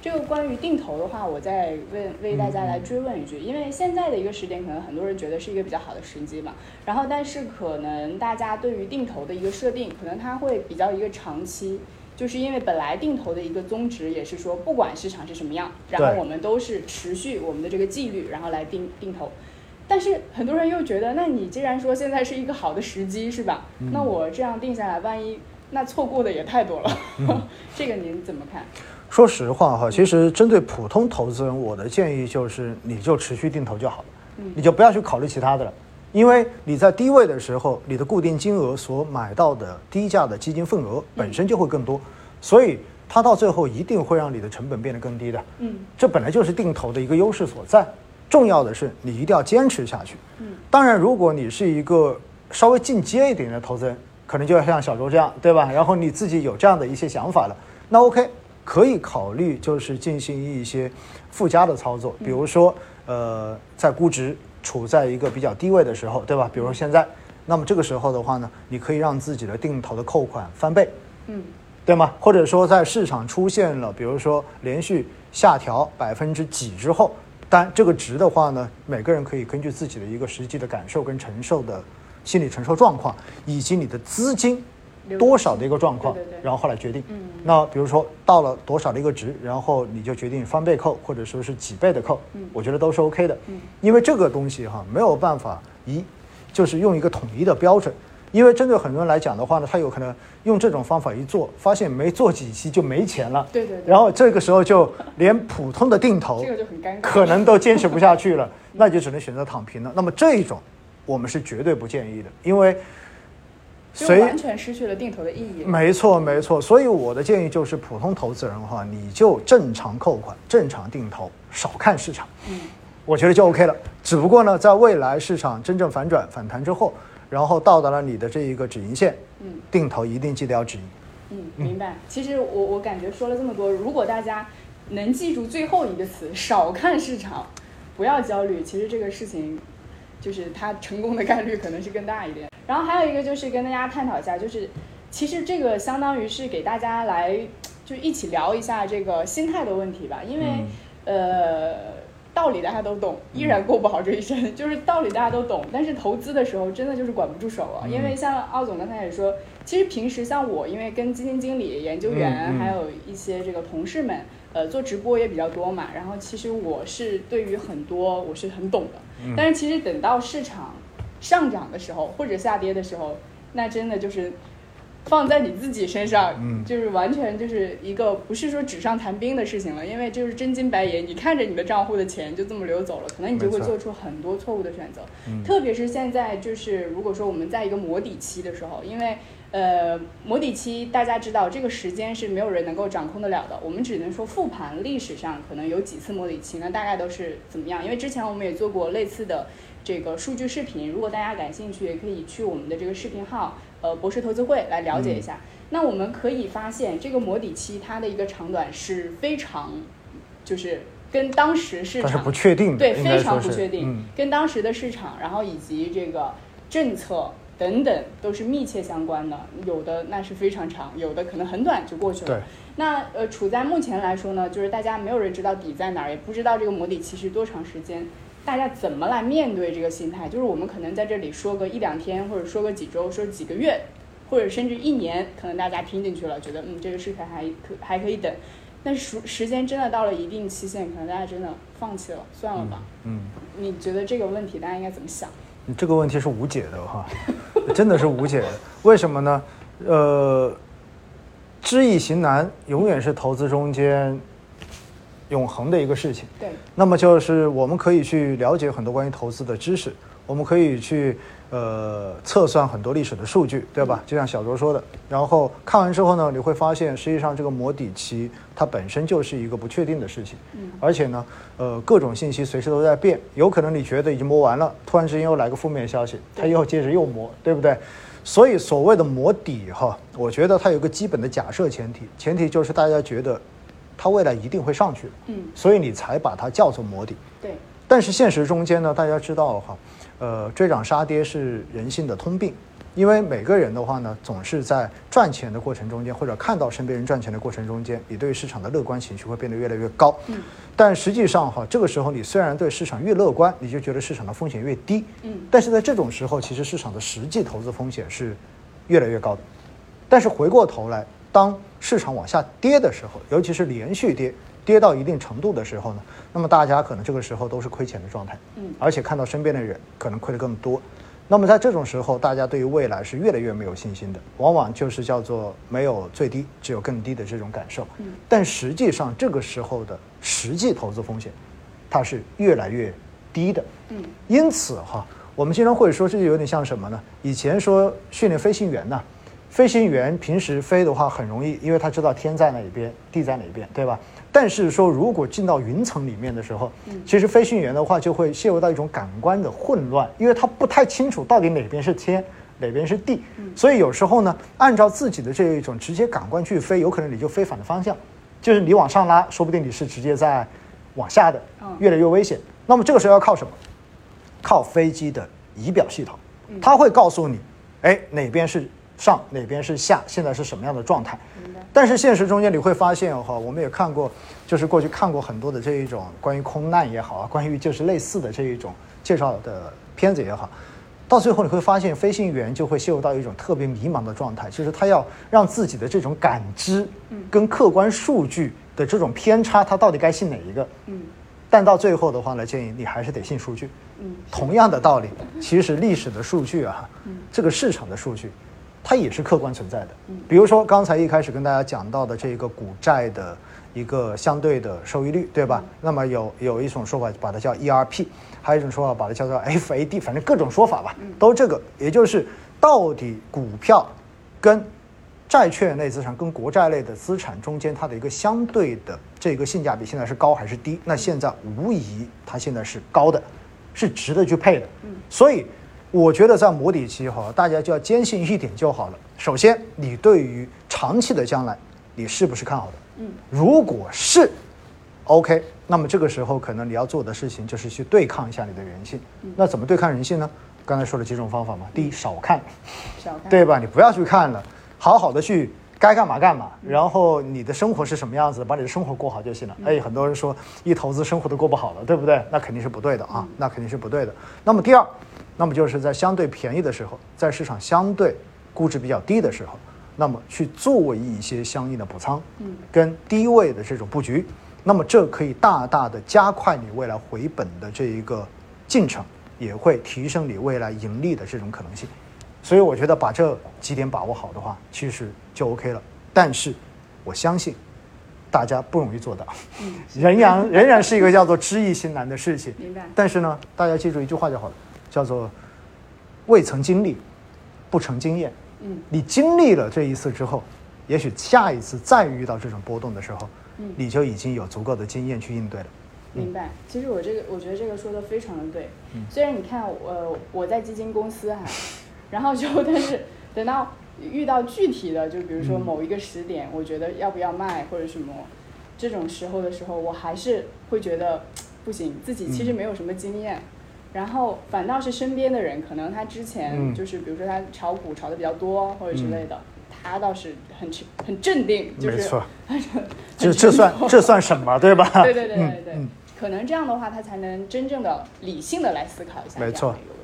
这个关于定投的话，我再问为大家来追问一句，因为现在的一个时点，可能很多人觉得是一个比较好的时机嘛。然后，但是可能大家对于定投的一个设定，可能它会比较一个长期，就是因为本来定投的一个宗旨也是说，不管市场是什么样，然后对我们都是持续我们的这个纪律，然后来定定投。但是很多人又觉得，那你既然说现在是一个好的时机，是吧？那我这样定下来，万一那错过的也太多了， 这个您怎么看？说实话哈，其实针对普通投资人，我的建议就是你就持续定投就好了，你就不要去考虑其他的了，因为你在低位的时候，你的固定金额所买到的低价的基金份额本身就会更多，所以它到最后一定会让你的成本变得更低的。嗯，这本来就是定投的一个优势所在。重要的是你一定要坚持下去。嗯，当然，如果你是一个稍微进阶一点的投资人，可能就要像小周这样，对吧？然后你自己有这样的一些想法了，那 OK，可以考虑就是进行一些附加的操作，比如说呃，在估值处在一个比较低位的时候，对吧？比如说现在，那么这个时候的话呢，你可以让自己的定投的扣款翻倍。嗯对吗？或者说在市场出现了，比如说连续下调百分之几之后，当然这个值的话呢，每个人可以根据自己的一个实际的感受跟承受的心理承受状况，以及你的资金流动性多少的一个状况，对对对然后后来决定。嗯那比如说到了多少的一个值，然后你就决定翻倍扣，或者说是几倍的扣，嗯我觉得都是 OK 的。嗯因为这个东西哈没有办法一就是用一个统一的标准，因为针对很多人来讲的话呢，他有可能用这种方法一做，发现没做几期就没钱了，对对对然后这个时候就连普通的定投这个就很尴尬可能都坚持不下去了，那就只能选择躺平了。那么这一种我们是绝对不建议的，因为就随完全失去了定投的意义。没错，没错。所以我的建议就是，普通投资人的话，你就正常扣款、正常定投，少看市场，嗯，我觉得就 OK 了。只不过呢，在未来市场真正反转、反弹之后，然后到达了你的这一个止盈线，嗯，定投一定记得要止盈。嗯，明白。其实我我感觉说了这么多，如果大家能记住最后一个词“少看市场”，不要焦虑，其实这个事情就是它成功的概率可能是更大一点。然后还有一个就是跟大家探讨一下，就是其实这个相当于是给大家来就一起聊一下这个心态的问题吧，因为、呃。道理大家都懂，依嗯然过不好这一生。 就是道理大家都懂，但是投资的时候真的就是管不住手啊。因嗯为像奥总刚才也说，其实平时像我，因为跟基金经理、研究员、嗯嗯还有一些这个同事们，呃，做直播也比较多嘛。然后其实我是对于很多我是很懂的，嗯但是其实等到市场上涨的时候或者下跌的时候，那真的就是放在你自己身上，嗯就是完全就是一个不是说纸上谈兵的事情了，因为就是真金白银，你看着你的账户的钱就这么流走了，可能你就会没错做出很多错误的选择。嗯特别是现在，就是如果说我们在一个磨底期的时候，因为呃磨底期大家知道这个时间是没有人能够掌控得了的，我们只能说复盘历史上可能有几次磨底期，那大概都是怎么样？因为之前我们也做过类似的这个数据视频，如果大家感兴趣，也可以去我们的这个视频号呃博士投资会来了解一下。嗯那我们可以发现，这个磨底期它的一个长短是非常，就是跟当时市但是场不确定的，对，应非该说常是不确定，嗯跟当时的市场，然后以及这个政策等等都是密切相关的。有的那是非常长，有的可能很短就过去了。对，那呃，处在目前来说呢，就是大家没有人知道底在哪儿，也不知道这个磨底期是多长时间，大家怎么来面对这个心态？就是我们可能在这里说个一两天，或者说个几周，说几个月，或者甚至一年，可能大家听进去了，觉得嗯，这个事情还可还可以等。但时时间真的到了一定期限，可能大家真的放弃了，算了吧。嗯。你觉得这个问题大家应该怎么想？你这个问题是无解的哈，真的是无解的。为什么呢？呃，知易行难永远是投资中间永恒的一个事情。对，那么就是我们可以去了解很多关于投资的知识，我们可以去呃测算很多历史的数据，对吧？就像小卓说的，然后看完之后呢，你会发现实际上这个磨底期它本身就是一个不确定的事情，嗯而且呢，呃，各种信息随时都在变，有可能你觉得已经磨完了，突然之间又来个负面消息，它对又接着又磨，对不对？所以所谓的磨底哈，我觉得它有一个基本的假设前提，前提就是大家觉得它未来一定会上去的，嗯，所以你才把它叫做磨底。对，但是现实中间呢，大家知道哈，呃，追涨杀跌是人性的通病，因为每个人的话呢，总是在赚钱的过程中间，或者看到身边人赚钱的过程中间，你对市场的乐观情绪会变得越来越高。嗯但实际上哈，这个时候你虽然对市场越乐观，你就觉得市场的风险越低。嗯但是在这种时候，其实市场的实际投资风险是越来越高的。但是回过头来，当市场往下跌的时候，尤其是连续跌，跌到一定程度的时候呢，那么大家可能这个时候都是亏钱的状态。嗯而且看到身边的人可能亏得更多。那么在这种时候，大家对于未来是越来越没有信心的，往往就是叫做没有最低，只有更低的这种感受。嗯但实际上，这个时候的实际投资风险，它是越来越低的。嗯因此哈，我们经常会说，这就有点像什么呢？以前说训练飞行员呐，飞行员平时飞的话很容易，因为他知道天在哪一边，地在哪一边，对吧？但是说如果进到云层里面的时候嗯，其实飞行员的话就会陷入到一种感官的混乱，因为他不太清楚到底哪边是天。哪边是地，所以有时候呢，按照自己的这一种直接感官去飞，有可能你就飞反了方向，就是你往上拉，说不定你是直接在往下的嗯，越来越危险。那么这个时候要靠什么？靠飞机的仪表系统嗯，它会告诉你，哎，哪边是上，哪边是下，现在是什么样的状态明白。但是现实中间你会发现哈、我们也看过，就是过去看过很多的这一种关于空难也好啊，关于就是类似的这一种介绍的片子也好，到最后你会发现飞行员就会陷入到一种特别迷茫的状态，就是他要让自己的这种感知嗯跟客观数据的这种偏差，他到底该信哪一个？嗯但到最后的话呢，建议你还是得信数据。嗯同样的道理，其实历史的数据啊嗯，这个市场的数据，它也是客观存在的嗯。比如说刚才一开始跟大家讲到的这个股债的一个相对的收益率，对吧？那么有有一种说法把它叫 ERP，还有一种说法把它叫做 FAD，反正各种说法吧，都这个，也就是到底股票跟债券类资产跟国债类的资产中间它的一个相对的这个性价比现在是高还是低？那现在无疑它现在是高的，是值得去配的。所以我觉得在磨底期哈，大家就要坚信一点就好了。首先，你对于长期的将来，你是不是看好的？嗯，如果是，OK，那么这个时候可能你要做的事情就是去对抗一下你的人性。那怎么对抗人性呢？刚才说了几种方法嘛。第一，少看。少看对吧？你不要去看了，好好的去该干嘛干嘛。然后你的生活是什么样子，把你的生活过好就行了。哎，很多人说一投资生活都过不好了，对不对？那肯定是不对的啊，那肯定是不对的。那么第二，那么就是在相对便宜的时候，在市场相对估值比较低的时候，那么去做一些相应的补仓，嗯跟低位的这种布局，那么这可以大大的加快你未来回本的这一个进程，也会提升你未来盈利的这种可能性。所以我觉得把这几点把握好的话，其实就 OK 了。但是我相信大家不容易做到，嗯仍然仍然是一个叫做知易行难的事情。明白但是呢，大家记住一句话就好了，叫做未曾经历，不成经验。嗯你经历了这一次之后，也许下一次再遇到这种波动的时候，嗯你就已经有足够的经验去应对了。明白，其实我这个，我觉得这个说的非常的对。嗯虽然你看，呃，我在基金公司哈、然后就 但是等到遇到具体的，就比如说嗯某一个时点，我觉得要不要卖或者什么这种时候的时候，我还是会觉得不行，自己其嗯实没有什么经验。然后反倒是身边的人，可能他之前嗯就是，比如说他炒股炒的比较多或者之类的，他倒是很很镇定，就是没 错，很这这算成熟这算什么，对吧？ 对对对对对，嗯可能这样的话，他才能真正的理性的来思考一下这没样错的一个